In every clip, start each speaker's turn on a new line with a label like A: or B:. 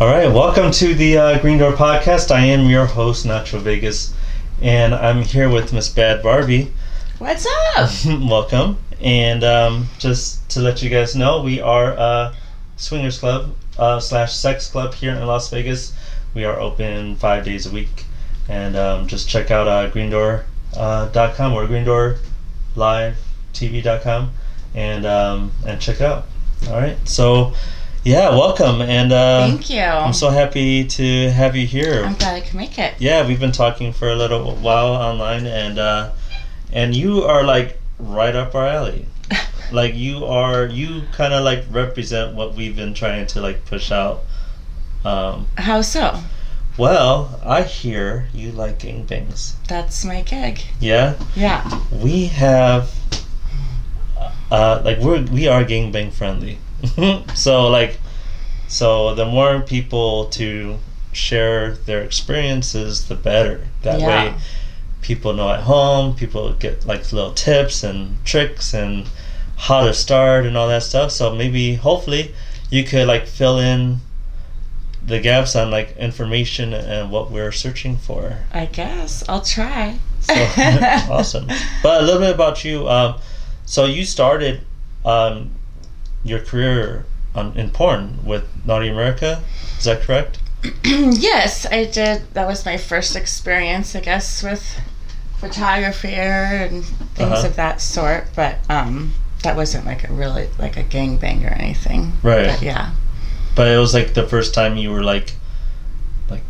A: All right, welcome to the uh, Green Door Podcast. I am your host, Nacho Vegas, and I'm here with Miss Bad Barbie.
B: What's up?
A: welcome. And um, just to let you guys know, we are a swingers club uh, slash sex club here in Las Vegas. We are open five days a week. And um, just check out uh, greendoor.com uh, dot com or greendoorlivetv.com and, um, and check it out. All right. So, yeah, welcome. And uh,
B: Thank you.
A: I'm so happy to have you here.
B: I'm glad I could make it.
A: Yeah, we've been talking for a little while online, and uh, and you are like right up our alley. like you are, you kind of like represent what we've been trying to like push out. Um,
B: How so?
A: well, I hear you like gangbangs.
B: That's my gig.
A: Yeah,
B: Yeah.
A: we have. Uh, like we're we are gangbang friendly, so like, so the more people to share their experiences, the better. That
B: Yeah.
A: way, people know at home. People get like little tips and tricks and how to start and all that stuff. So maybe hopefully you could like fill in the gaps on like information and what we're searching for.
B: I guess I'll try.
A: So, awesome. But a little bit about you. Um, so you started um, your career on, in porn with Naughty America. Is that correct?
B: yes, I did. That was my first experience, I guess, with photography and things
A: Uh-huh.
B: of that sort. But um, that wasn't like a really like a gangbang or anything.
A: Right.
B: But yeah.
A: But it was like the first time you were like, like,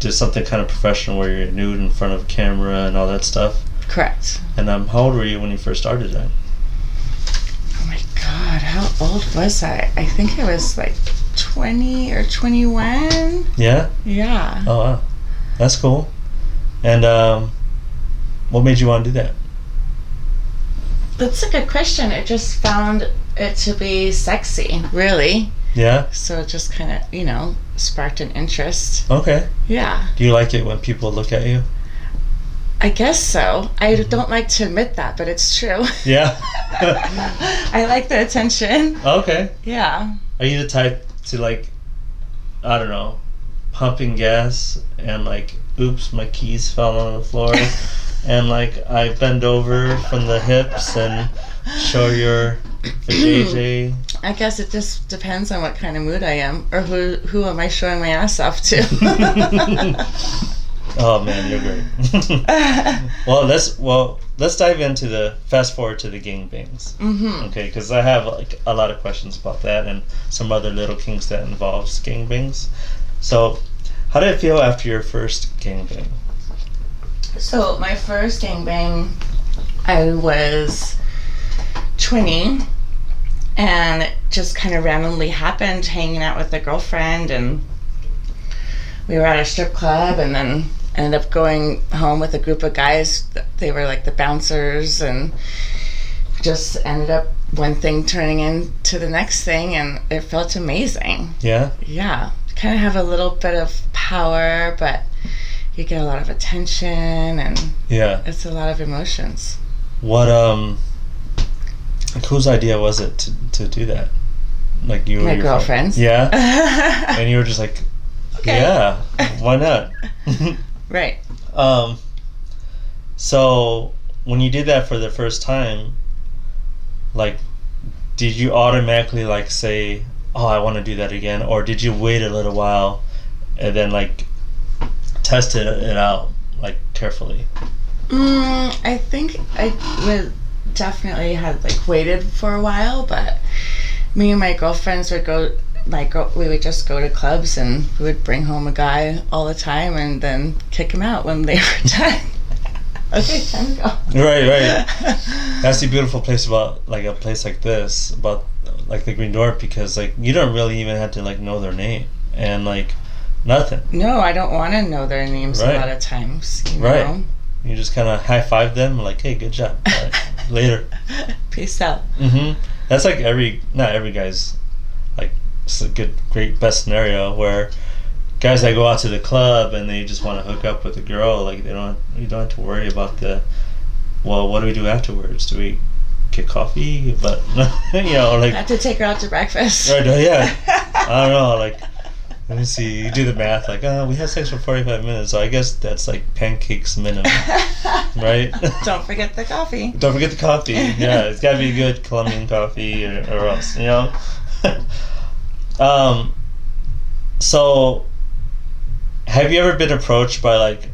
A: did something kind of professional where you're nude in front of camera and all that stuff.
B: Correct.
A: And um, how old were you when you first started that?
B: Oh my god, how old was I? I think I was like 20 or 21.
A: Yeah.
B: Yeah.
A: Oh wow, that's cool. And um, what made you want to do that?
B: That's a good question. I just found it to be sexy, really.
A: Yeah.
B: So it just kind of, you know, sparked an interest.
A: Okay.
B: Yeah,
A: Do you like it when people look at you?
B: I guess so. I don't like to admit that, but it's true.
A: Yeah.
B: I like the attention.
A: Okay.
B: Yeah.
A: Are you the type to like, I don't know, pumping gas and like, oops, my keys fell on the floor, and like I bend over from the hips and show your the JJ.
B: I guess it just depends on what kind of mood I am or who who am I showing my ass off to.
A: Oh man, you're great. well, let's well let's dive into the fast forward to the gangbangs.
B: hmm
A: Okay, because I have like a lot of questions about that and some other little kinks that involves gangbangs. So, how did it feel after your first gangbang?
B: So my first gangbang, I was 20, and it just kind of randomly happened, hanging out with a girlfriend, and we were at a strip club, and then ended up going home with a group of guys. They were like the bouncers, and just ended up one thing turning into the next thing, and it felt amazing
A: Yeah.
B: yeah, kind of have a little bit of power, but you get a lot of attention and
A: Yeah.
B: it's a lot of emotions.
A: What um like whose idea was it to, to do that? Like you or
B: My
A: your friend?
B: girlfriend's.
A: Yeah.
B: right.
A: And you were just like
B: Okay.
A: Yeah, why not? um so when you did that for the first time, like did you automatically like say, Oh, I wanna do that again or did you wait a little while and then like test it, it out like carefully?
B: Mm, I think I would definitely had like waited for a while, but me and my girlfriends would go. My girl, we would just go to clubs and we would bring home a guy all the time and then kick him out when they were done. okay, time to go.
A: Right, right. That's the beautiful place about like a place like this, about like the Green Door, because like you don't really even have to like know their name and like nothing.
B: No, I don't want to know their names
A: Right.
B: a lot of times. You
A: Right.
B: Know?
A: You just kind of high five them, like, hey, good job. All right, later.
B: Peace out.
A: hmm That's like every not every guy's like it's a good great best scenario where guys that go out to the club and they just want to hook up with a girl like they don't you don't have to worry about the well what do we do afterwards do we get coffee but you know like
B: I have to take her out to breakfast.
A: Right, uh, yeah. I don't know, like, Let me see. You do the math. Like, oh, we had sex for forty-five minutes, so I guess that's like pancakes minimum, right?
B: Don't forget the coffee.
A: Don't forget the coffee. Yeah, it's got to be good Colombian coffee, or, or else, you know. um. So, have you ever been approached by like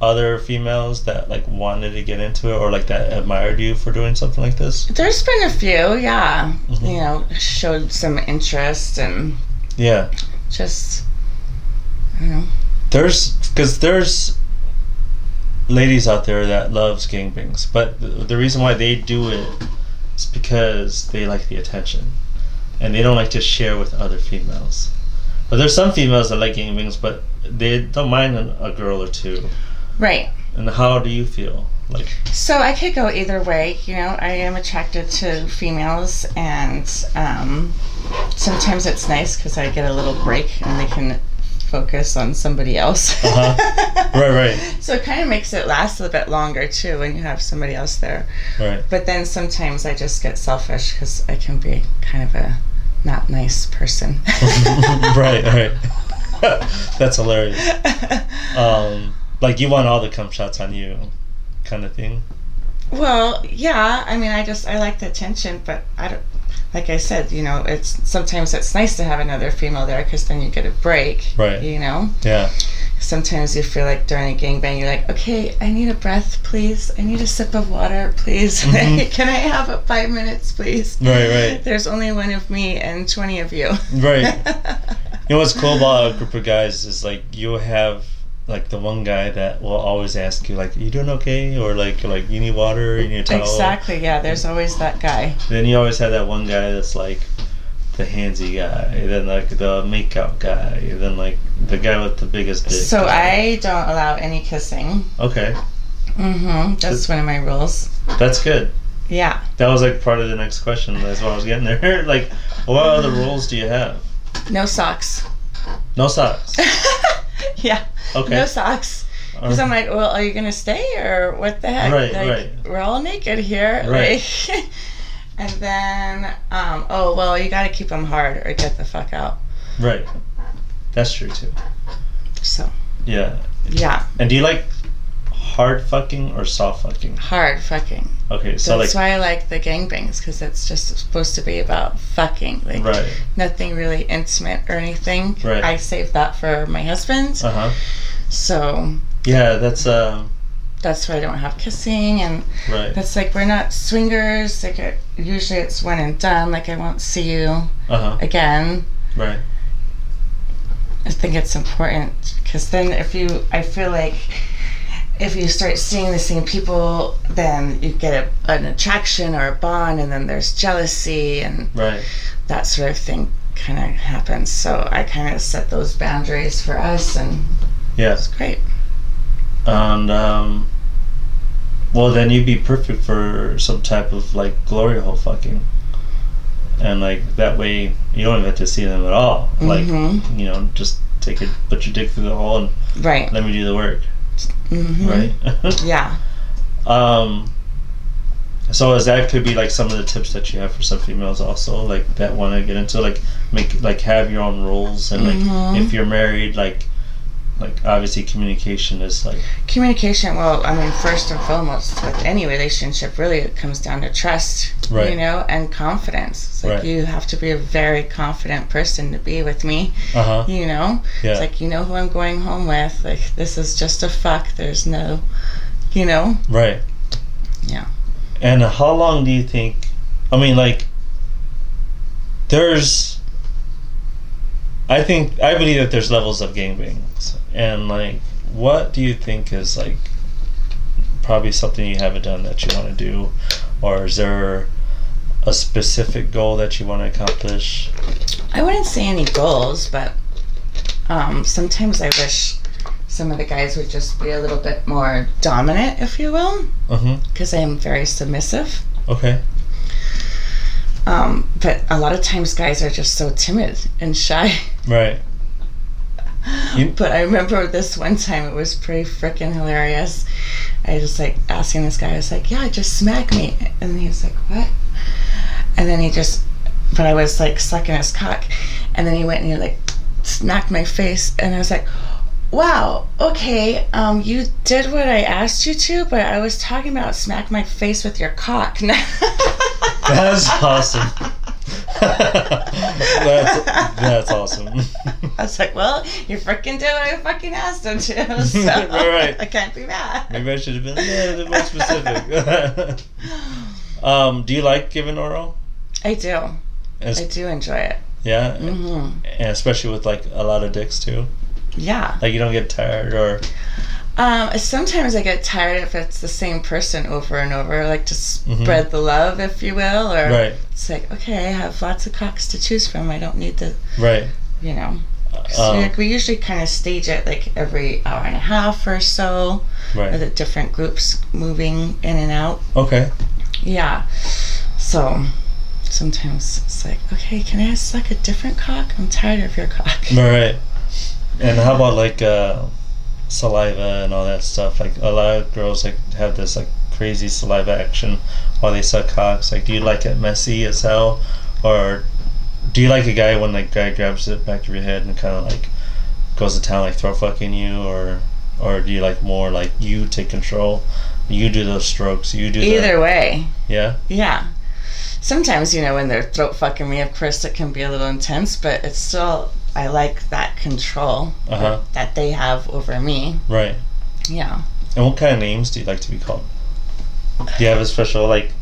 A: other females that like wanted to get into it or like that admired you for doing something like this?
B: There's been a few, yeah. Mm-hmm. You know, showed some interest and
A: yeah,
B: just you know.
A: There's because there's ladies out there that loves gangbangs, but the, the reason why they do it is because they like the attention, and they don't like to share with other females. But there's some females that like gangbangs, but they don't mind a girl or two.
B: Right.
A: And how do you feel? Like
B: So I could go either way, you know, I am attracted to females and um, sometimes it's nice cuz I get a little break and they can focus on somebody else.
A: uh-huh. Right, right.
B: so it kind of makes it last a bit longer too when you have somebody else there.
A: Right.
B: But then sometimes I just get selfish cuz I can be kind of a not nice person.
A: right, right. That's hilarious. Um, like you want all the cum shots on you, kind of thing.
B: Well, yeah. I mean, I just I like the attention, but I don't. Like I said, you know, it's sometimes it's nice to have another female there because then you get a break.
A: Right.
B: You know.
A: Yeah.
B: Sometimes you feel like during a gangbang, you're like, okay, I need a breath, please. I need a sip of water, please. Mm-hmm. Can I have a five minutes, please?
A: Right, right.
B: There's only one of me and 20 of you.
A: Right. you know what's cool about a group of guys is like you'll have like the one guy that will always ask you like you doing okay or like like you need water you need a towel
B: exactly yeah there's always that guy
A: then you always have that one guy that's like the handsy guy then like the makeup guy then like the guy with the biggest dick
B: so i don't allow any kissing
A: okay
B: mm-hmm that's one of my rules
A: that's good
B: yeah
A: that was like part of the next question that's what i was getting there like what other rules do you have
B: no socks.
A: No socks.
B: yeah.
A: Okay.
B: No socks. Because I'm like, well, are you gonna stay or what the heck?
A: Right,
B: like,
A: right.
B: We're all naked here.
A: Right.
B: Like, and then, um, oh well, you gotta keep them hard or get the fuck out.
A: Right. That's true too.
B: So.
A: Yeah.
B: Yeah.
A: And do you like hard fucking or soft fucking?
B: Hard fucking.
A: Okay, so
B: that's
A: like,
B: why I like the gangbangs because it's just supposed to be about fucking, like
A: right.
B: nothing really intimate or anything.
A: Right.
B: I save that for my husband.
A: Uh huh.
B: So
A: yeah, that's um.
B: That's why I don't have kissing, and
A: right.
B: that's like we're not swingers. Like it, usually it's one and done. Like I won't see you
A: uh-huh.
B: again.
A: Right.
B: I think it's important because then if you, I feel like if you start seeing the same people, then you get a, an attraction or a bond, and then there's jealousy and
A: right.
B: that sort of thing kind of happens. So I kind of set those boundaries for us, and
A: yeah,
B: it's great.
A: And um, well, then you'd be perfect for some type of like glory hole fucking, and like that way you don't even have to see them at all. Like
B: Mhm.
A: you know, just take it, put your dick through the hole, and
B: Right.
A: let me do the work.
B: hmm
A: Right.
B: Yeah.
A: Um, so is that could be like some of the tips that you have for some females also, like that want to get into like make like have your own rules and like
B: Mhm.
A: if you're married, like like obviously communication is like
B: Communication. Well, I mean, first and foremost, with any relationship, really, it comes down to trust.
A: Right.
B: You know, and confidence. It's like
A: Right.
B: you have to be a very confident person to be with me.
A: uh huh
B: You know.
A: yeah
B: It's like you know who I'm going home with. Like this is just a fuck. There's no, you know.
A: right
B: Yeah.
A: And how long do you think? I mean, like, there's. I think I believe that there's levels of gangbangs, and like, what do you think is like, probably something you haven't done that you want to do, or is there a specific goal that you want to accomplish?
B: I wouldn't say any goals, but um, sometimes I wish some of the guys would just be a little bit more dominant, if you will,
A: Mm-hmm.
B: because I am very submissive.
A: Okay.
B: Um, but a lot of times guys are just so timid and shy.
A: Right. You-
B: But I remember this one time it was pretty freaking hilarious. I just like asking this guy, I was like, Yeah, just smack me and he was like, What? And then he just but I was like sucking his cock and then he went and he like smacked my face, and I was like, wow, okay, um, you did what I asked you to, but I was talking about smack my face with your cock.
A: that's awesome. that's, that's awesome.
B: I was like, well, you freaking did what I fucking asked him to, so right. I can't be mad.
A: Maybe I should have been a little bit more specific. um, do you like giving oral?
B: I do. As, I do enjoy it.
A: Yeah? Mm-hmm. And especially with, like, a lot of dicks, too?
B: Yeah.
A: Like you don't get tired or.
B: Um, sometimes I get tired if it's the same person over and over, like to spread mm-hmm. the love, if you will, or
A: right.
B: it's like okay, I have lots of cocks to choose from. I don't need to,
A: right?
B: You know, so
A: Oh.
B: um, like we usually kind of stage it like every hour and a half or so,
A: right?
B: With the different groups moving in and out.
A: Okay.
B: Yeah. So sometimes it's like, okay, can I suck a different cock? I'm tired of your cock.
A: All right. And how about like uh, saliva and all that stuff? Like a lot of girls like have this like crazy saliva action while they suck cocks. Like, do you like it messy as hell, or do you like a guy when like guy grabs the back of your head and kind of like goes to town like throw fucking you, or or do you like more like you take control, you do those strokes, you do
B: either the, way.
A: Yeah.
B: Yeah. Sometimes you know when they're throat fucking me, of course it can be a little intense, but it's still I like that control
A: uh-huh.
B: that they have over me.
A: Right.
B: Yeah.
A: And what kind of names do you like to be called? Do you have a special like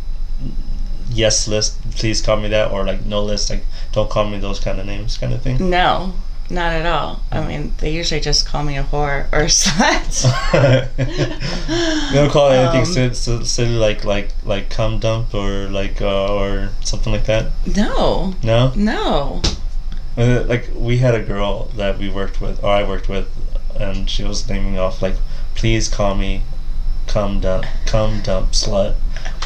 A: yes list? Please call me that, or like no list, like don't call me those kind of names, kind of thing.
B: No, not at all. I mean, they usually just call me a whore or a slut.
A: they don't call anything um, silly, silly like like like cum dump or like uh, or something like that.
B: No.
A: No. Uh,
B: No
A: like we had a girl that we worked with or I worked with and she was naming off like please call me come dump come dump slut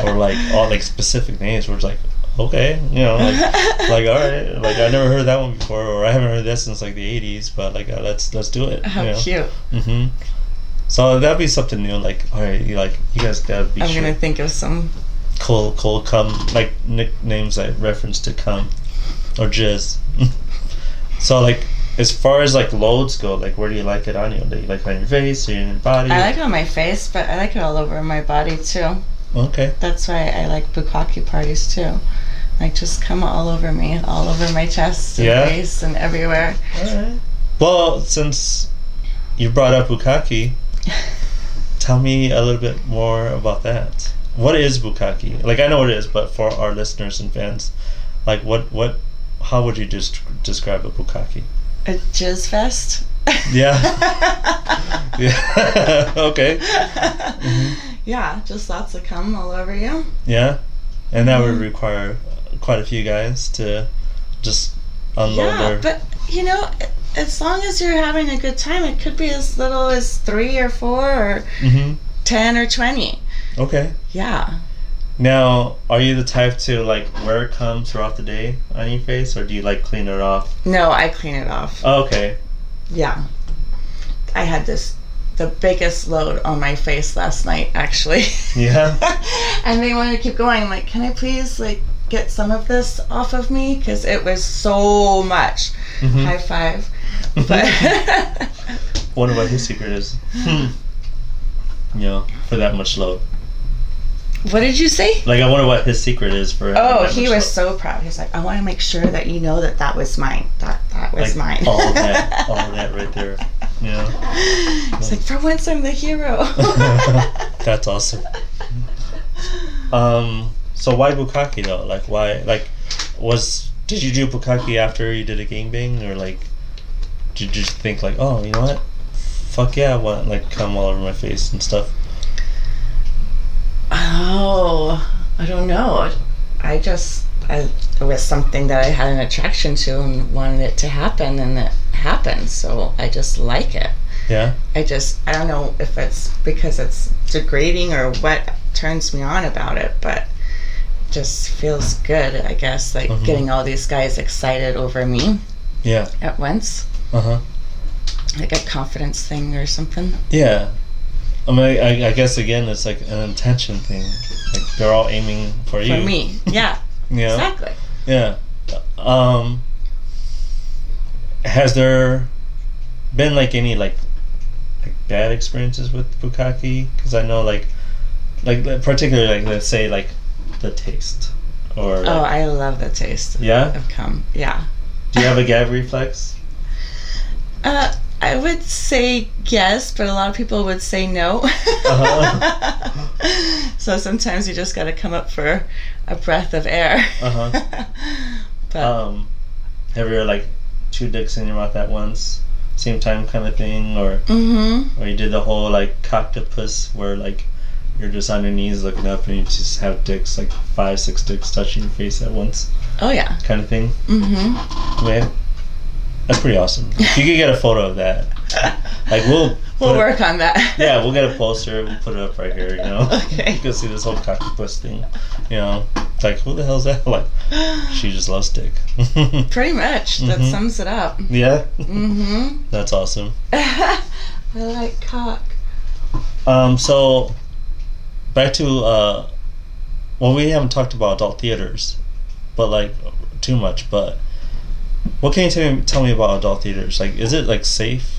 A: or like all like specific names where it's like okay you know like like all right like I never heard that one before or I haven't heard this since like the 80s but like uh, let's let's do it
B: how
A: you know?
B: cute
A: mm-hmm so that'd be something new like all right you like you guys gotta be
B: I'm
A: sure.
B: gonna think of some
A: cool cool come like nicknames that reference to come or jizz So like as far as like loads go, like where do you like it on you? Do you like it on your face or your body?
B: I like it on my face, but I like it all over my body too.
A: Okay.
B: That's why I like bukkake parties too. Like just come all over me, all over my chest and
A: yeah.
B: face and everywhere.
A: Right. Well, since you brought up bukkake, tell me a little bit more about that. What is bukkake? Like I know what it is, but for our listeners and fans, like what what how would you just describe a bukkake?
B: A jizz fest.
A: Yeah. yeah. okay.
B: Mm-hmm. Yeah, just lots of cum all over you.
A: Yeah, and that mm-hmm.
B: Mm.
A: would require quite a few guys to just unload
B: yeah,
A: their.
B: but you know, as long as you're having a good time, it could be as little as three or four or
A: mm-hmm.
B: ten or twenty.
A: Okay.
B: Yeah.
A: Now, are you the type to like wear cum throughout the day on your face, or do you like clean it off?
B: No, I clean it off.
A: Oh, okay.
B: Yeah, I had this the biggest load on my face last night, actually.
A: Yeah.
B: and they wanted to keep going. I'm like, can I please like get some of this off of me because it was so much.
A: Hmm.
B: Mm-hmm. High five.
A: But wonder what his secret is. Hmm. You know, for that much load.
B: What did you say?
A: Like, I wonder what his secret is for.
B: Oh, he was so proud. He's like, I want to make sure that you know that that was mine. That that was
A: like,
B: mine.
A: all that, all that right there. Yeah.
B: It's yeah. like for once I'm the hero.
A: That's awesome. Um. So why bukkake though? Like why? Like, was did you do bukkake after you did a gangbang or like? Did you just think like, oh, you know what? Fuck yeah, I want like come all over my face and stuff.
B: Oh, I don't know. I just I, it was something that I had an attraction to and wanted it to happen, and it happened. So I just like it.
A: Yeah.
B: I just I don't know if it's because it's degrading or what turns me on about it, but it just feels good. I guess like mm-hmm. getting all these guys excited over me.
A: Yeah.
B: At once.
A: Uh huh.
B: Like a confidence thing or something.
A: Yeah. I mean, I, I, guess again, it's like an intention thing. Like they're all aiming for you.
B: For me, yeah.
A: yeah.
B: Exactly.
A: Yeah. Um. has there been like any like like bad experiences with bukkake? Because I know like like particularly like let's say like the taste or like,
B: oh I love the taste.
A: Yeah.
B: Of cum. Yeah.
A: Do you have a gag reflex?
B: Uh, I would say yes, but a lot of people would say no. Uh-huh. so sometimes you just got to come up for a breath of air.
A: uh-huh. But,
B: Uh.
A: um, have you ever, like two dicks in your mouth at once, same time kind of thing, or
B: mm-hmm.
A: or you did the whole like coctopus where like you're just on your knees looking up and you just have dicks like five six dicks touching your face at once.
B: Oh yeah.
A: Kind of thing.
B: Mm-hmm.
A: Yeah. That's pretty awesome. If you could get a photo of that, like we'll
B: we'll work up, on that.
A: yeah, we'll get a poster. We'll put it up right here. You know,
B: okay.
A: you can see this whole octopus thing. You know, it's like who the hell's that? Like, she just loves dick.
B: pretty much. That mm-hmm. sums it up.
A: Yeah.
B: Mm-hmm.
A: That's awesome.
B: I like cock.
A: Um. So, back to uh, well, we haven't talked about adult theaters, but like too much, but. What can you tell me, tell me about adult theaters? Like, is it like safe?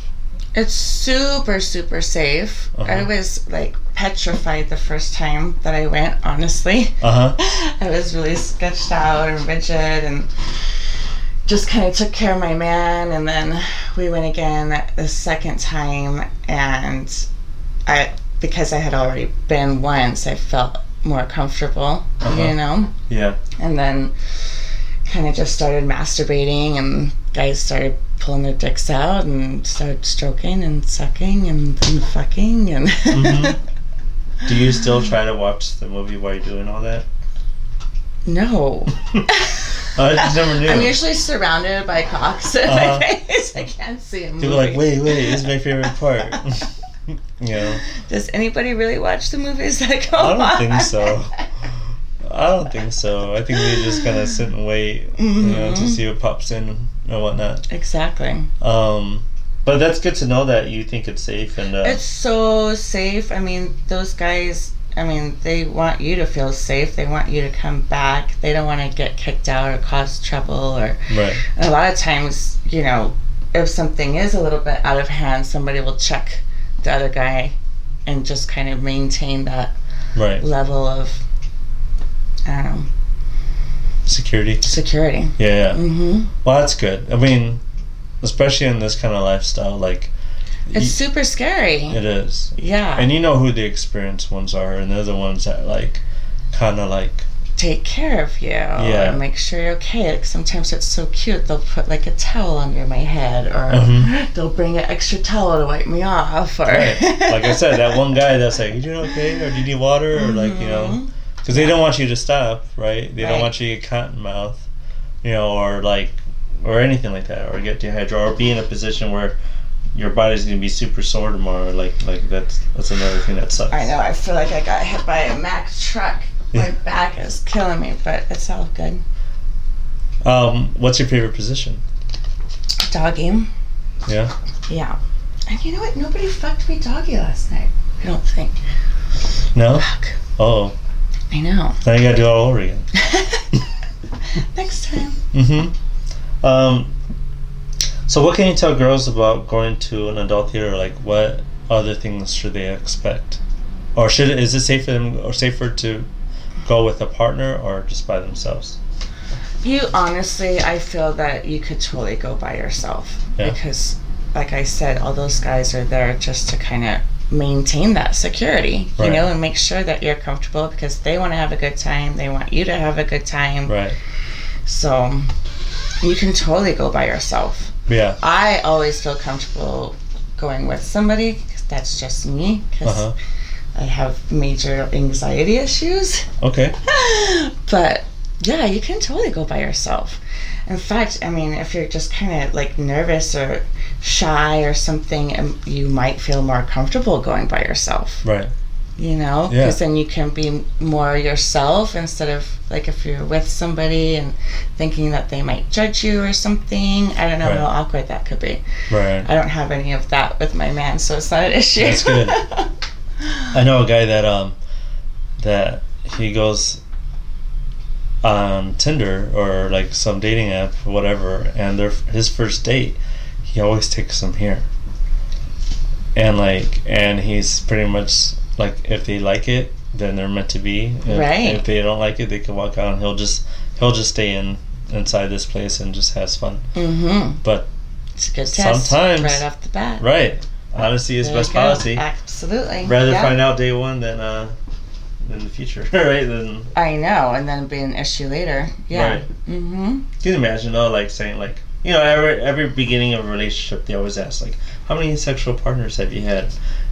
B: It's super, super safe. Uh-huh. I was like petrified the first time that I went. Honestly,
A: uh
B: huh. I was really sketched out and rigid, and just kind of took care of my man. And then we went again the second time, and I because I had already been once, I felt more comfortable. Uh-huh. You know.
A: Yeah.
B: And then kind of just started masturbating and guys started pulling their dicks out and started stroking and sucking and then fucking and
A: mm-hmm. do you still try to watch the movie while you're doing all that
B: no
A: Oh, I just never knew.
B: I'm usually surrounded by cocks in uh-huh. my face. I can't see them.
A: People are like, wait, wait, this is my favorite part. yeah.
B: Does anybody really watch the movies that go
A: on?
B: I
A: don't on? think so. I don't think so. I think they just kind of sit and wait, mm-hmm. you know, to see what pops in and whatnot.
B: Mm-hmm. Exactly.
A: Um, but that's good to know that you think it's safe and. Uh,
B: it's so safe. I mean, those guys. I mean, they want you to feel safe. They want you to come back. They don't want to get kicked out or cause trouble or.
A: Right.
B: a lot of times, you know, if something is a little bit out of hand, somebody will check the other guy, and just kind of maintain that.
A: Right.
B: Level of I don't know.
A: Security.
B: Security.
A: Yeah. yeah.
B: Mm-hmm.
A: Well, that's good. I mean, especially in this kind of lifestyle, like.
B: It's you, super scary.
A: It is.
B: Yeah.
A: And you know who the experienced ones are, and they're the ones that like, kind of like.
B: Take care of you. Yeah. And make sure you're okay. Like sometimes it's so cute. They'll put like a towel under my head, or mm-hmm. they'll bring an extra towel to wipe me off. Or
A: right. like I said, that one guy that's like, "You doing okay? Or do you need water? Mm-hmm. Or like you know." because they don't want you to stop, right? They right. don't want you to get cotton mouth, you know, or like, or anything like that, or get dehydrated, or be in a position where your body's gonna be super sore tomorrow. Like, like that's that's another thing that sucks.
B: I know. I feel like I got hit by a Mack truck. My back is killing me, but it's all good.
A: Um, what's your favorite position?
B: Doggy.
A: Yeah.
B: Yeah. And you know what? Nobody fucked me doggy last night. I don't think.
A: No.
B: Fuck.
A: Oh.
B: I know.
A: Then you gotta do it all over again.
B: Next time.
A: Mm-hmm. Um, so what can you tell girls about going to an adult theater? Like, what other things should they expect, or should is it safe for them or safer to go with a partner or just by themselves?
B: You honestly, I feel that you could totally go by yourself
A: yeah.
B: because, like I said, all those guys are there just to kind of maintain that security, you
A: right.
B: know, and make sure that you're comfortable because they want to have a good time. They want you to have a good time.
A: Right.
B: So you can totally go by yourself.
A: Yeah.
B: I always feel comfortable going with somebody that's just me because
A: uh-huh.
B: I have major anxiety issues.
A: Okay.
B: but yeah, you can totally go by yourself. In fact, I mean, if you're just kind of like nervous or shy or something, um, you might feel more comfortable going by yourself.
A: Right.
B: You know,
A: because
B: yeah. then you can be more yourself instead of like if you're with somebody and thinking that they might judge you or something. I don't know
A: right.
B: how awkward that could be.
A: Right.
B: I don't have any of that with my man, so it's not an issue.
A: That's good. I know a guy that um that he goes on Tinder or like some dating app or whatever, and their his first date he always takes them here. And like, and he's pretty much like, if they like it, then they're meant to be. If,
B: Right.
A: If they don't like it, they can walk out, and he'll just he'll just stay in inside this place and just has fun.
B: Mm-hmm.
A: But
B: It's a good test.
A: Sometimes.
B: Right off the bat.
A: right, honesty is
B: There
A: best
B: you go.
A: policy.
B: Absolutely.
A: Rather
B: Yeah.
A: find out day one than uh, in the future, right? Than
B: I know, and then it'll be an issue later. Yeah.
A: Right.
B: Mm-hmm.
A: Can you imagine though, like saying like you know every every beginning of a relationship they always ask like how many sexual partners have you had,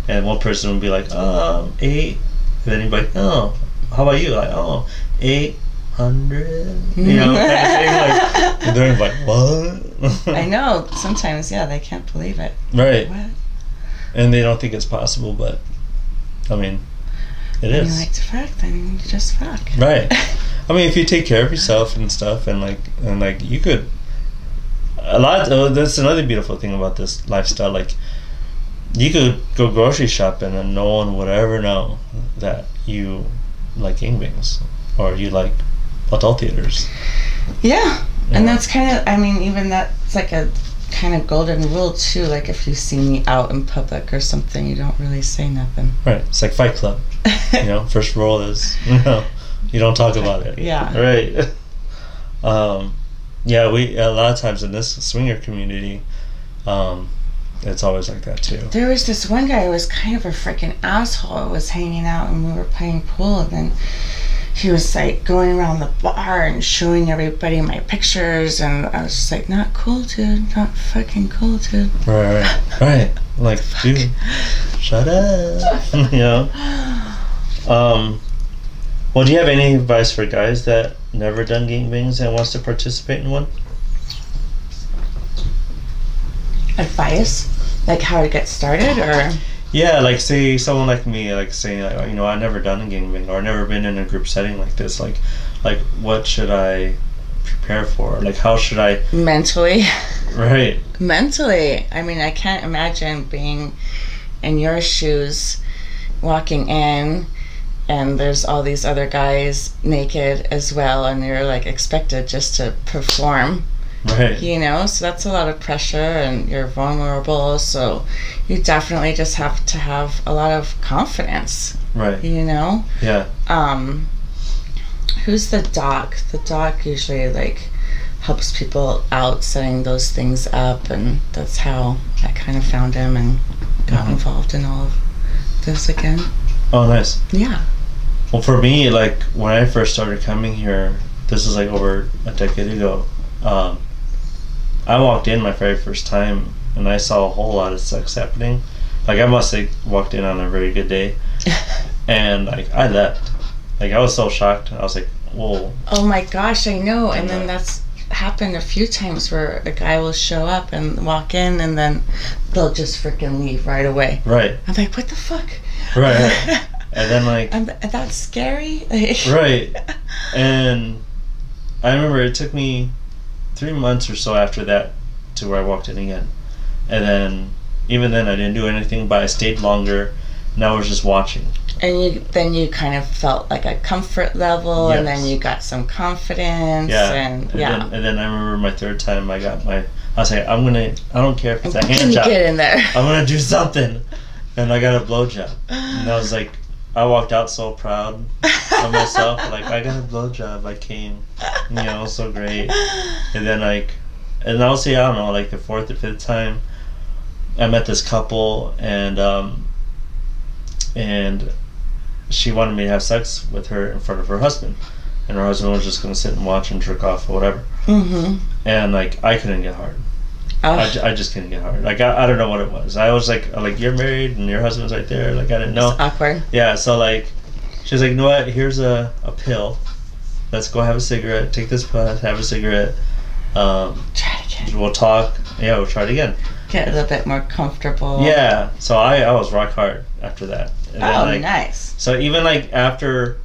A: and one person would be like um eight, and then you'd be like oh how about you like oh eight hundred you know kind of thing, like and they're like what
B: I know. Sometimes, yeah, they can't believe it.
A: right
B: What?
A: and they don't think it's possible but I mean it
B: And
A: is
B: you like to fuck, then you just fuck.
A: right. I mean, if you take care of yourself and stuff, and like, and like, you could. A lot. Oh, that's another beautiful thing about this lifestyle. Like, you could go grocery shopping, and no one would ever know that you like gangbings or you like adult theaters.
B: yeah.
A: you
B: And
A: know?
B: that's kind of, I mean, even that's like a kind of golden rule, too. Like, if you see me out in public or something, you don't really say nothing.
A: right. It's like Fight Club. You know, first rule is you know, you don't talk about it.
B: Yeah.
A: Right. Um, yeah, we a lot of times in this swinger community, um, it's always like that too.
B: There was this one guy who was kind of a freaking asshole. who was hanging out and we were playing pool, and then he was like going around the bar and showing everybody my pictures, and I was just like, not cool, dude. Not fucking cool, dude.
A: Right, right, right. Like, dude, shut up. you know. Um, well, do you have any advice for guys that never done gangbangs and wants to participate in one?
B: Advice? Like how to get started, or
A: Yeah, like say someone like me, like saying, like, oh, you know, I've never done a gangbang or I've never been in a group setting like this. Like, like what should I prepare for? Like, how should I?
B: mentally?
A: Right.
B: mentally. I mean, I can't imagine being in your shoes, walking in, and there's all these other guys naked as well, and you're like expected just to perform,
A: Right.
B: you know? So that's a lot of pressure, and you're vulnerable. So you definitely just have to have a lot of confidence,
A: Right.
B: you know?
A: Yeah.
B: um who's the doc the doc usually like helps people out setting those things up and that's how i kind of found him and got
A: Mhm.
B: involved in all of this again
A: Oh, nice.
B: yeah
A: Well, for me, like when I first started coming here, this is like over a decade ago. Um, I walked in my very first time and I saw a whole lot of sex happening. Like I must have walked in on a very good day, and like I left. Like I was so shocked. I was like, "Whoa,
B: oh my gosh i know and
A: Yeah.
B: then that's happened a few times where a guy will show up and walk in and then they'll just freaking leave right away
A: right,
B: i'm like what the fuck
A: right." right. and then like
B: and th- that's scary like,
A: Right. And I remember it took me three months or so after that to where I walked in again. And then, even then, I didn't do anything, but I stayed longer. And I was just watching.
B: And you, then you kind of felt like a comfort level, and
A: Yes.
B: then you got some confidence,
A: Yeah.
B: and
A: And,
B: yeah.
A: Then, and then I remember my third time, I got my. I was like, I'm gonna. I don't care if it's a
B: Can
A: hand
B: you
A: job.
B: get in there?
A: I'm gonna do something. And I got a blowjob. And I was like, I walked out so proud of myself. like, I got a blowjob. I came. You know, so great. And then like, and I'll say I don't know, like the fourth or fifth time, I met this couple and um, and she wanted me to have sex with her in front of her husband, and her husband was just gonna sit and watch and jerk off or whatever.
B: Mm-hmm. Oh,
A: And like I couldn't get hard. I, ju- I just couldn't get hard. Like I, I don't know what it was. I was like like you're married and your husband's right there. Like I didn't know.
B: awkward.
A: Yeah. So like, she's like, you know what? Here's a, a pill. Let's go have a cigarette. Take this pill. Have a cigarette. Um,
B: Try it again.
A: we'll talk. Yeah, we'll try it again.
B: Get a little bit more comfortable.
A: Yeah. So I, I was rock hard after that. And then,
B: Oh,
A: like,
B: nice.
A: So even like after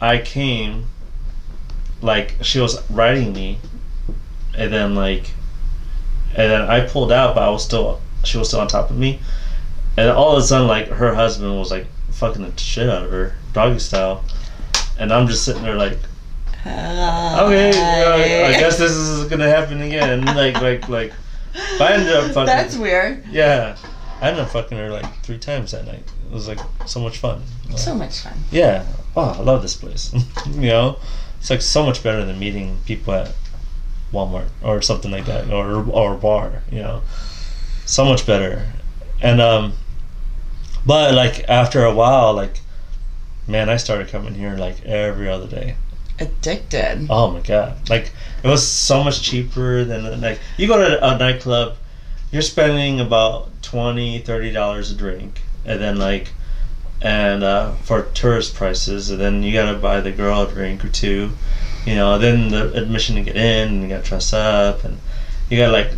A: I came, like she was riding me, and then like, and then I pulled out, but I was still she was still on top of me, and all of a sudden like her husband was like fucking the shit out of her doggy style, and I'm just sitting there like okay, you know, I- I guess this is gonna happen again. Like, like, like, But I ended up fucking.
B: That's weird.
A: Yeah, I ended up fucking her like three times that night. It was like so much fun.
B: So much fun.
A: Yeah. Oh, I love this place. you know, it's like so much better than meeting people at Walmart or something like that, or or a bar. You know, so much better. And um, but like after a while, like man, I started coming here like every other day.
B: Addicted.
A: Oh my god! Like it was so much cheaper than like you go to a nightclub, you're spending about 20 dollars a drink, and then like, and uh, for tourist prices, and then you gotta buy the girl a drink or two, you know. Then the admission to get in, and you gotta dress up, and you gotta like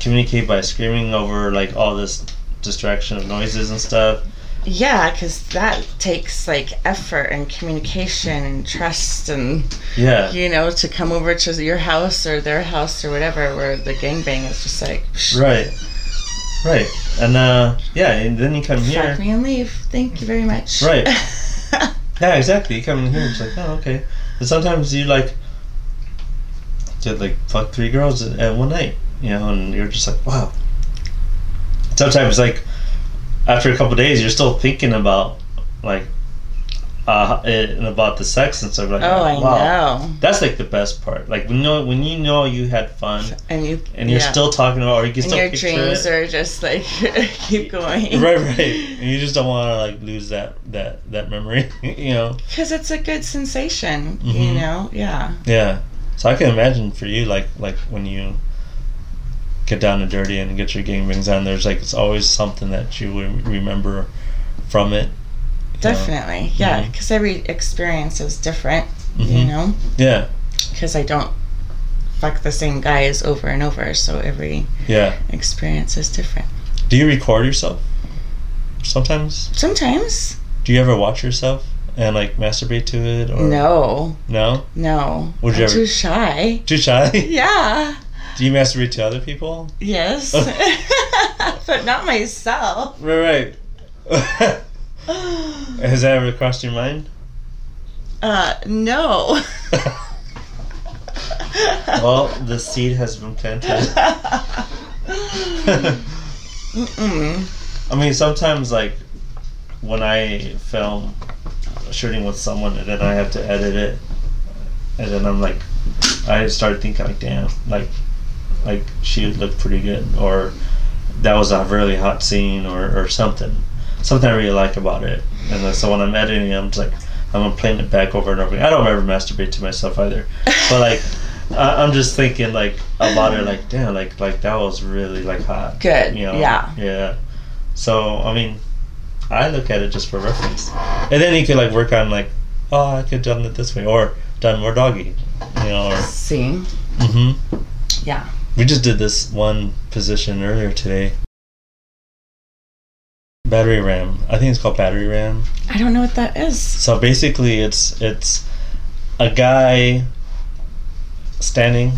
A: communicate by screaming over like all this distraction of noises and stuff.
B: Yeah, because that takes like effort and communication and trust and
A: yeah,
B: you know, to come over to your house or their house or whatever, where the gangbang is just like psh,
A: right, right, and uh, yeah, and then you come here,
B: fuck me and leave. Thank you very much.
A: Right. yeah, exactly. You come in here, it's like, oh, okay. And sometimes you like, did like fuck three girls at, at one night, you know, and you're just like, wow. Sometimes like after a couple days, you're still thinking about like uh, and about the sex and stuff like that.
B: Oh, I
A: wow.
B: know.
A: That's like the best part. Like when you know when you know you had fun
B: And you
A: and you're
B: yeah.
A: still talking about, or you can
B: and
A: still
B: your
A: picture
B: dreams
A: it.
B: are just like keep going.
A: right, right. And you just don't want to like lose that that that memory. you know.
B: Because it's a good sensation, you
A: Mhm.
B: know. Yeah.
A: Yeah. So I can imagine for you, like like when you get down and dirty and get your game rings on, there's like it's always something that you will remember from it. you know?
B: Definitely, yeah,
A: Mhm.
B: because every experience is different, you
A: Mhm.
B: know.
A: Yeah.
B: Because I don't fuck the same guys over and over, so every
A: Yeah.
B: experience is different.
A: Do you record yourself? Sometimes.
B: Sometimes,
A: Do you ever watch yourself and like masturbate to it or
B: no,
A: No?
B: no,
A: Would
B: I'm
A: you ever-
B: too shy.
A: Too shy?
B: Yeah,
A: Do you masturbate to other people?
B: yes,
A: Oh.
B: but not myself.
A: Right, right. Has that ever crossed your mind?
B: Uh, no.
A: well, the seed has been planted. I
B: Mm-mm.
A: mean, sometimes like when I film shooting with someone and then I have to edit it, and then I'm like, I started thinking like, damn, like, like she looked pretty good, or that was a really hot scene, or or something, something I really like about it. And then, so when I'm editing, I'm just like, I'm gonna playing it back over and over. again. I don't ever masturbate to myself either, but like. I- I'm just thinking like about it, like damn, like like that was really like hot.
B: Good,
A: You know?
B: yeah.
A: Yeah. So I mean, I look at it just for reference, and then you could like work on like, oh, I could have done it this way, or done more doggy, you know. Or,
B: See,
A: hmm
B: yeah.
A: We just did this one position earlier today. Battery ram. I think it's called battery ram.
B: I don't know what that is.
A: So basically, it's it's a guy standing,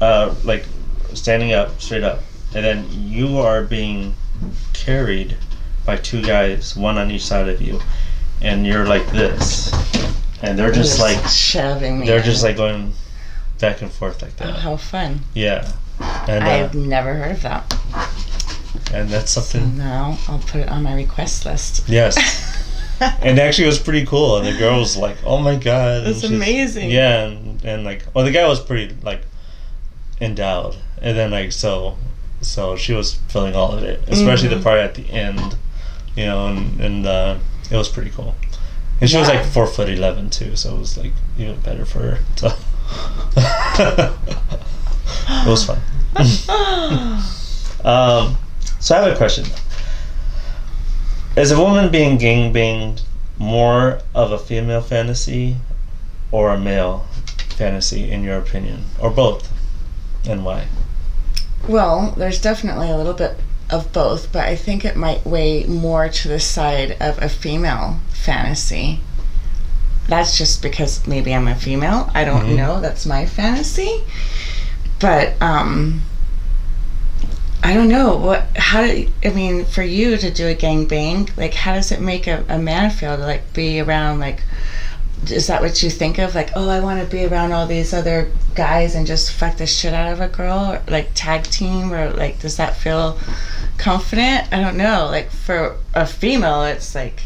A: uh, like standing up straight up, and then you are being carried by two guys, one on each side of you, and you're like this, and they're just like
B: shoving me.
A: they're
B: in.
A: just like going back and forth like
B: Oh,
A: that.
B: how fun!
A: Yeah, and uh,
B: I've never heard of that.
A: and that's something.
B: Now I'll put it on my request list.
A: Yes. And actually, it was pretty cool. And the girl was like, "Oh my god,
B: That's
A: and she's-
B: amazing.
A: Yeah, and, and like, well, the guy was pretty like endowed, and then like so, so she was filling all of it, especially the
B: Mhm.
A: part at the end, you know, and and uh, it was pretty cool. And she was
B: Yeah.
A: like four foot eleven too, so it was like even better for her. So it was fun. Um, so I have a question. Is a woman being gangbanged more of a female fantasy or a male fantasy, in your opinion, or both, and why?
B: well, there's definitely a little bit of both, but I think it might weigh more to the side of a female fantasy. That's just because maybe I'm a female. I don't
A: Mhm.
B: know. That's my fantasy. But um I don't know what how do I mean for you to do a gangbang, like how does it make a, a man feel to like be around like is that what you think of? Like, oh, I want to be around all these other guys and just fuck the shit out of a girl, or, like tag team, or like, does that feel confident? I don't know. Like for a female, it's like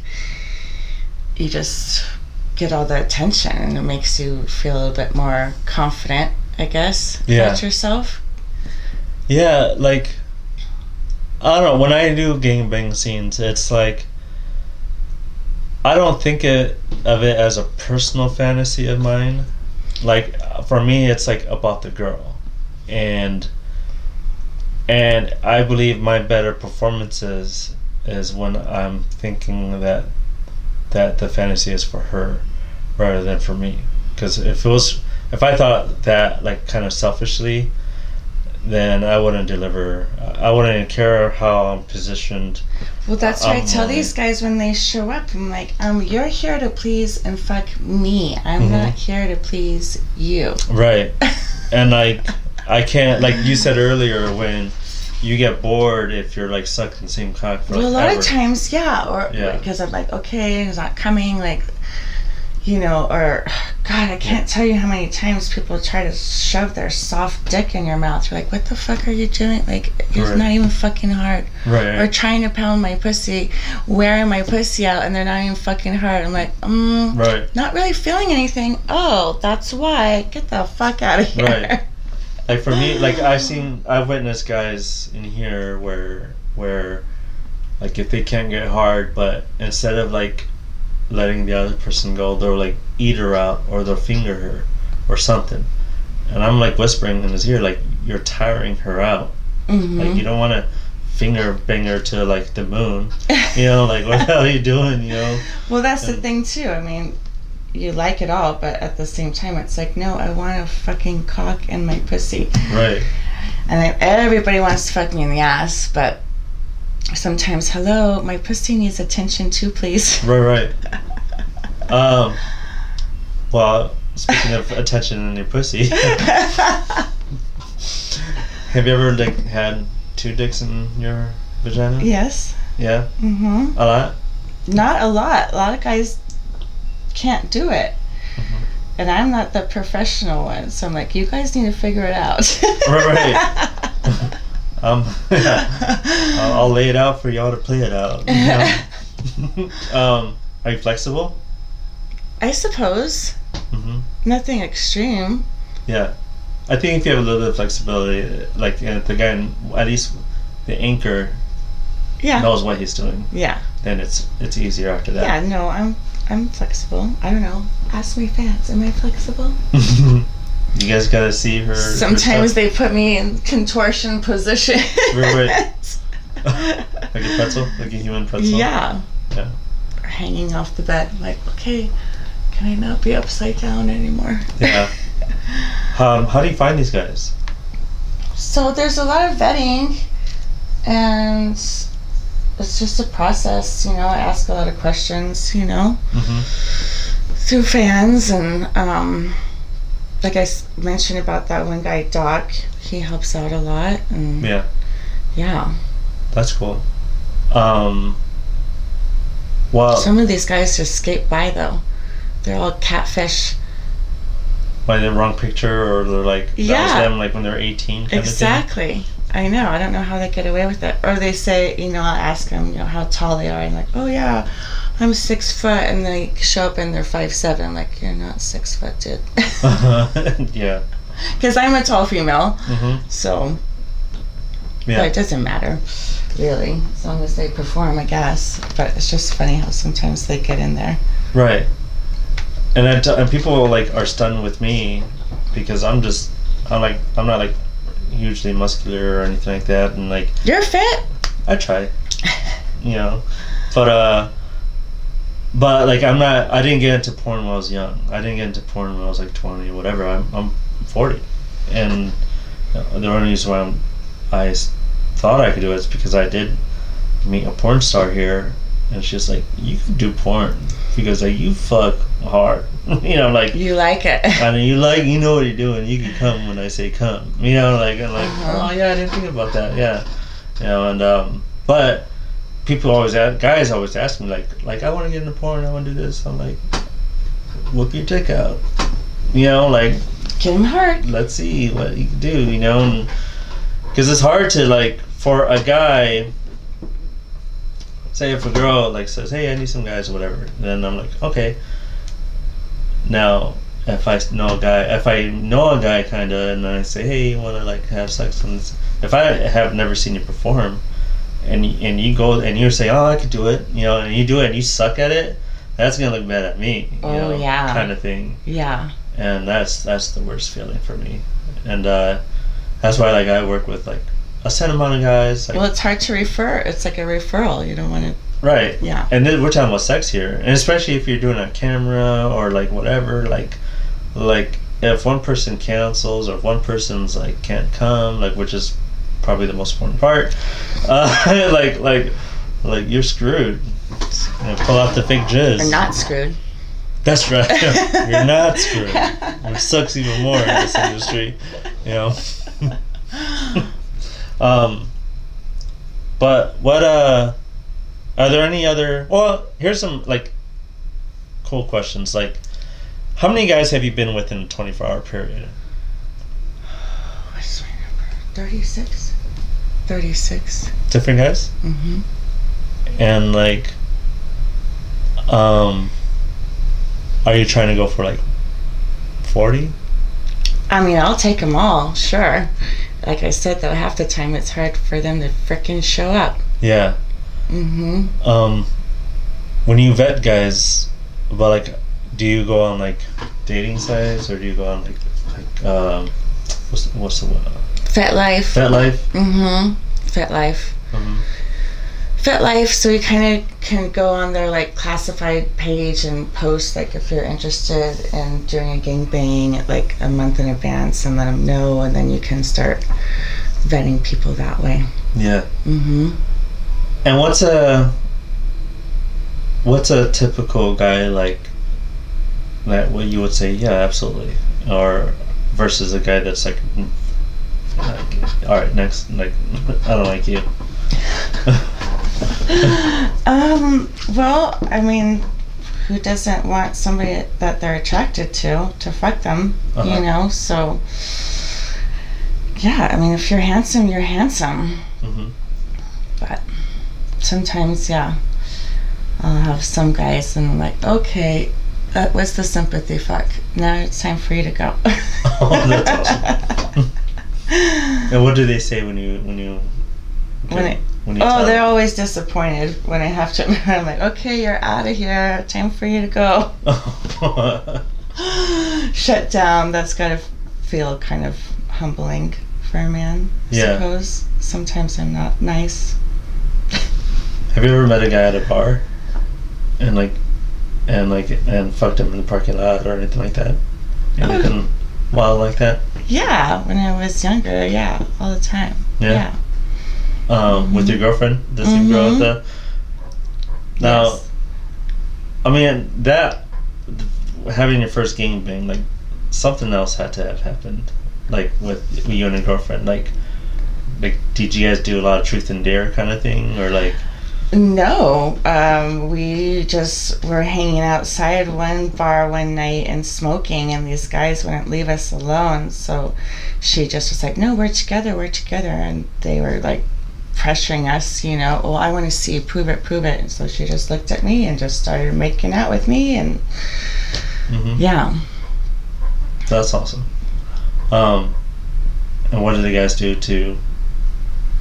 B: you just get all the attention, and it makes you feel a little bit more confident, I guess, yeah. about yourself.
A: Yeah, like I don't know. When I do gangbang scenes, it's like. I don't think it, of it as a personal fantasy of mine. Like for me, it's like about the girl, and and I believe my better performances is when I'm thinking that that the fantasy is for her rather than for me. Because if it was, if I thought that like kind of selfishly, then I wouldn't deliver. I wouldn't care how I'm positioned.
B: Well, that's um, why I tell these guys when they show up, I'm like, um, you're here to please and fuck me. I'm mm-hmm. not here to please you.
A: Right. and like, I can't, like you said earlier, when you get bored if you're like sucking the same cock
B: for well, like, a lot ever. of times, yeah. Or because yeah. I'm like, okay, he's not coming. Like, you know, or God, I can't tell you how many times people try to shove their soft dick in your mouth. You're like, what the fuck are you doing? Like, it's right. not even fucking hard.
A: Right.
B: Or trying to pound my pussy, wearing my pussy out, and they're not even fucking hard. I'm like, mm,
A: right.
B: Not really feeling anything. Oh, that's why. Get the fuck out of here. Right.
A: Like for me, like
B: Oh.
A: I've seen, I've witnessed guys in here where, where, like if they can't get hard, but instead of like letting the other person go, they'll like eat her out or they'll finger her or something. And I'm like whispering in his ear, like, you're tiring her out. Mm-hmm. Like, you don't want to finger bang her to like the moon. You know, like, what the hell are you doing? You know?
B: Well, that's and, the thing, too. I mean, you like it all, but at the same time, it's like, no, I want a fucking cock in my pussy.
A: Right.
B: And then everybody wants to fuck me in the ass, but sometimes hello my pussy needs attention too please
A: right right um well speaking of attention and your pussy have you ever like had two dicks in your vagina
B: yes
A: yeah
B: mm-hmm
A: a lot
B: not a lot a lot of guys can't do it mm-hmm.
A: Uh-huh.
B: and i'm not the professional one so i'm like you guys need to figure it out
A: right right um, I'll, I'll, lay it out for y'all to play it out. You know? um, are you flexible?
B: I suppose. Mm-hmm. Nothing extreme.
A: Yeah, I think if you have a little bit of flexibility, like you know, the guy, at least the anchor,
B: yeah.
A: knows what he's doing.
B: Yeah.
A: Then it's it's easier after that.
B: Yeah. No, I'm I'm flexible. I don't know. Ask my fans. Am I flexible?
A: You guys gotta see her.
B: Sometimes her they put me in contortion position.
A: right, right. like a pretzel, like a human pretzel.
B: Yeah.
A: Yeah.
B: Or hanging off the bed, I'm like, okay, can I not be upside down anymore?
A: yeah. Um, how do you find these guys?
B: So there's a lot of vetting, and it's just a process. You know, I ask a lot of questions. You know, mm-hmm. through fans and. Um, like I mentioned about that one guy, Doc, he helps out a lot. And
A: yeah.
B: Yeah.
A: That's cool. Um, well,
B: some of these guys just skate by though. They're all catfish.
A: By the wrong picture, or they're like yeah. them, like when they're eighteen.
B: exactly. I know. I don't know how they get away with it. Or they say, you know, I'll ask them, you know, how tall they are, and like, oh yeah, I'm six foot, and they show up and they're five seven. I'm like, you're not six foot, dude.
A: uh-huh. yeah.
B: Because I'm a tall female, mm-hmm. so yeah. it doesn't matter, really, as long as they perform, I guess. But it's just funny how sometimes they get in there.
A: Right. And I t- and people like are stunned with me because I'm just I'm like I'm not like hugely muscular or anything like that, and like
B: you're fit.
A: I try, you know, but uh but like I'm not. I didn't get into porn when I was young. I didn't get into porn when I was like 20, whatever. I'm I'm 40, and the only reason why I'm, i thought I could do it is because I did meet a porn star here, and she's like, "You can do porn," because like you fuck hard, you know, like
B: you like it.
A: I mean, you like you know what you're doing. You can come when I say come, you know, like and like uh-huh. oh yeah, I didn't think about that, yeah, you know, and um, but people always ask, guys always ask me like like I want to get into porn, I want to do this. I'm like, whip your dick out. You know, like
B: get him hard.
A: Let's see what you can do. You know, because it's hard to like for a guy. Say if a girl like says, "Hey, I need some guys," or whatever, then I'm like, "Okay." Now, if I know a guy, if I know a guy kind of, and I say, "Hey, you want to like have sex?" And if I have never seen you perform, and and you go and you say, "Oh, I could do it," you know, and you do it and you suck at it, that's gonna look bad at me. You
B: oh
A: know,
B: yeah.
A: Kind of thing.
B: Yeah.
A: And that's that's the worst feeling for me, and uh, that's why like I work with like a set amount of guys. Like,
B: well, it's hard to refer. It's like a referral. You don't want to.
A: Right.
B: Yeah.
A: And then we're talking about sex here, and especially if you're doing a camera or like whatever, like, like if one person cancels or if one person's like can't come, like which is probably the most important part, uh, like like like you're screwed. You know, pull out the fake jizz.
B: You're not screwed.
A: That's right. you're not screwed. It sucks even more in this industry, you
B: Oh,
A: know. um, but what uh, are there any other? Well, here's some like cool questions. Like, how many guys have you been with in a 24 hour period?
B: What's my number? 36. 36.
A: Different guys.
B: Mm-hmm.
A: And like, um, are you trying to go for like 40?
B: I mean, I'll take them all, sure. Like I said, though, half the time it's hard for them to fricking show up.
A: Yeah.
B: hmm
A: Um, when you vet guys, but like, do you go on like dating sites or do you go on like like um, what's the, what's the one?
B: Fet Life.
A: Fet Life.
B: hmm Fet Life.
A: hmm
B: Fit Life, so you kind of can go on their like classified page and post like if you're interested in doing a gangbang like a month in advance and let them know, and then you can start vetting people that way.
A: Yeah.
B: hmm
A: And what's a what's a typical guy like that? What you would say? Yeah, absolutely. Or versus a guy that's like, "Mm, like all right, next, like I don't like you. Uh-huh.
B: um. Well, I mean, who doesn't want somebody that they're attracted to to fuck them?
A: Uh-huh.
B: You know. So. Yeah, I mean, if you're handsome, you're handsome.
A: hmm
B: but sometimes yeah i'll have some guys and i'm like okay that was the sympathy fuck now it's time for you to go
A: Oh, that's awesome. And what do they say when you when you
B: When I-
A: when
B: oh
A: tell
B: they're
A: them?
B: always disappointed when i have to i'm like okay you're out of here time for you to go
A: Oh.
B: shut down that's gotta feel kind of humbling for a man i
A: Yeah.
B: suppose sometimes i'm not nice
A: Have you ever met a guy at a bar and like and like and fucked him in the parking lot or anything like that?
B: Oh.
A: Anything wild like that?
B: yeah when i was younger yeah all the time
A: Yeah.
B: yeah. Mm-hmm.
A: Um, with your girlfriend, the same girl at
B: Mhm.
A: the. Now,
B: Yes.
A: I mean that having your first game being like something else had to have happened, like with you and your girlfriend. Like, like did you guys do a lot of truth and dare kind of thing, or like?
B: No, um, we just were hanging outside one bar one night and smoking, and these guys wouldn't leave us alone. So she just was like, No, we're together, we're together. And they were like pressuring us, you know, Well, I want to see you, prove it, prove it. And so she just looked at me and just started making out with me. And
A: mhm.
B: yeah,
A: That's awesome. Um, and what did the guys do to,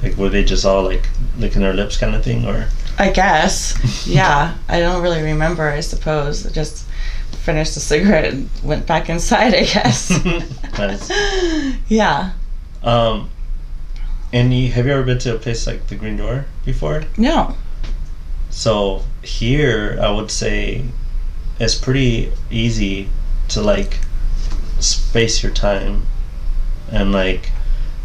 A: like, were they just all like licking their lips kind of thing, or?
B: I guess. Yeah, I don't really remember, I suppose. I just finished the cigarette and went back inside, I guess.
A: Nice.
B: Yeah.
A: Um, and you, have you ever been to a place like the Green Door before?
B: No.
A: So here, I would say, it's pretty easy to like space your time, and like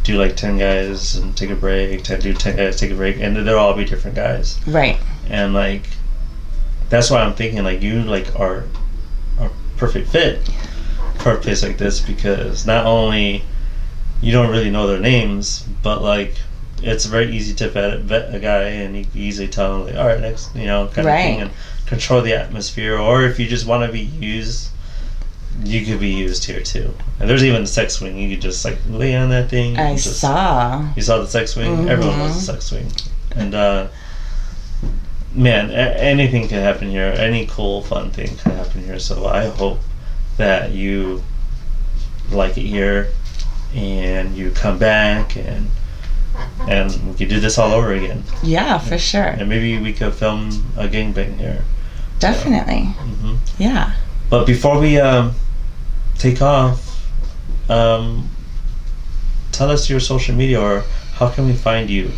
A: do like ten guys and take a break, to do ten guys, take a break, and they'll all be different guys.
B: Right.
A: and like that's why I'm thinking like you like are a perfect fit for a place like this because not only you don't really know their names, but like it's very easy to vet, vet a guy and you can easily tell him like all right next you know kind of
B: Right.
A: thing and control the atmosphere or if you just want to be used you could be used here too. And there's even the sex swing. You could just like lay on that thing.
B: I
A: just,
B: saw.
A: You saw the sex swing.
B: Mhm.
A: Everyone loves the sex swing. And uh, man, a- anything can happen here. Any cool, fun thing can happen here. So I hope that you like it here, and you come back, and and we could do this all over again.
B: Yeah, for sure.
A: And maybe we could film a gangbang here.
B: Definitely.
A: hmm
B: Yeah.
A: But before we um, take off, um, tell us your social media or how can we find you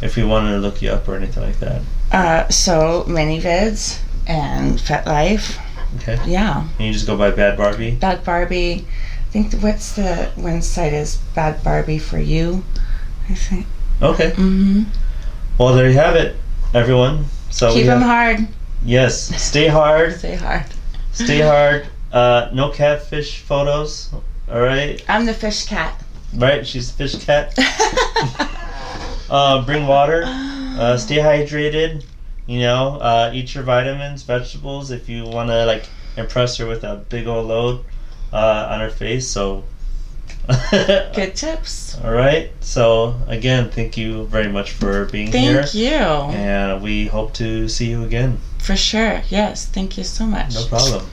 A: if we want to look you up or anything like that.
B: Uh, so many vids and Fet Life.
A: Okay.
B: Yeah.
A: And you just go by Bad Barbie.
B: Bad Barbie. I think th- what's the one site is Bad Barbie for you. I think.
A: Okay.
B: Mm-hmm.
A: Well, there you have it, everyone. So we
B: Keep them
A: have-
B: hard.
A: Yes. Stay hard.
B: Stay hard.
A: Stay hard. Uh, no catfish photos. All right.
B: I'm the fish cat.
A: Right. She's a fish cat. Uh, bring water. Uh, stay hydrated. You know, uh, eat your vitamins, vegetables. If you want to like impress her with a big old load uh, on her face, so.
B: Good tips.
A: All right. So again, thank you very much for being here,
B: Thank you.
A: and we hope to see you again.
B: For sure. Yes. Thank you so much.
A: No problem.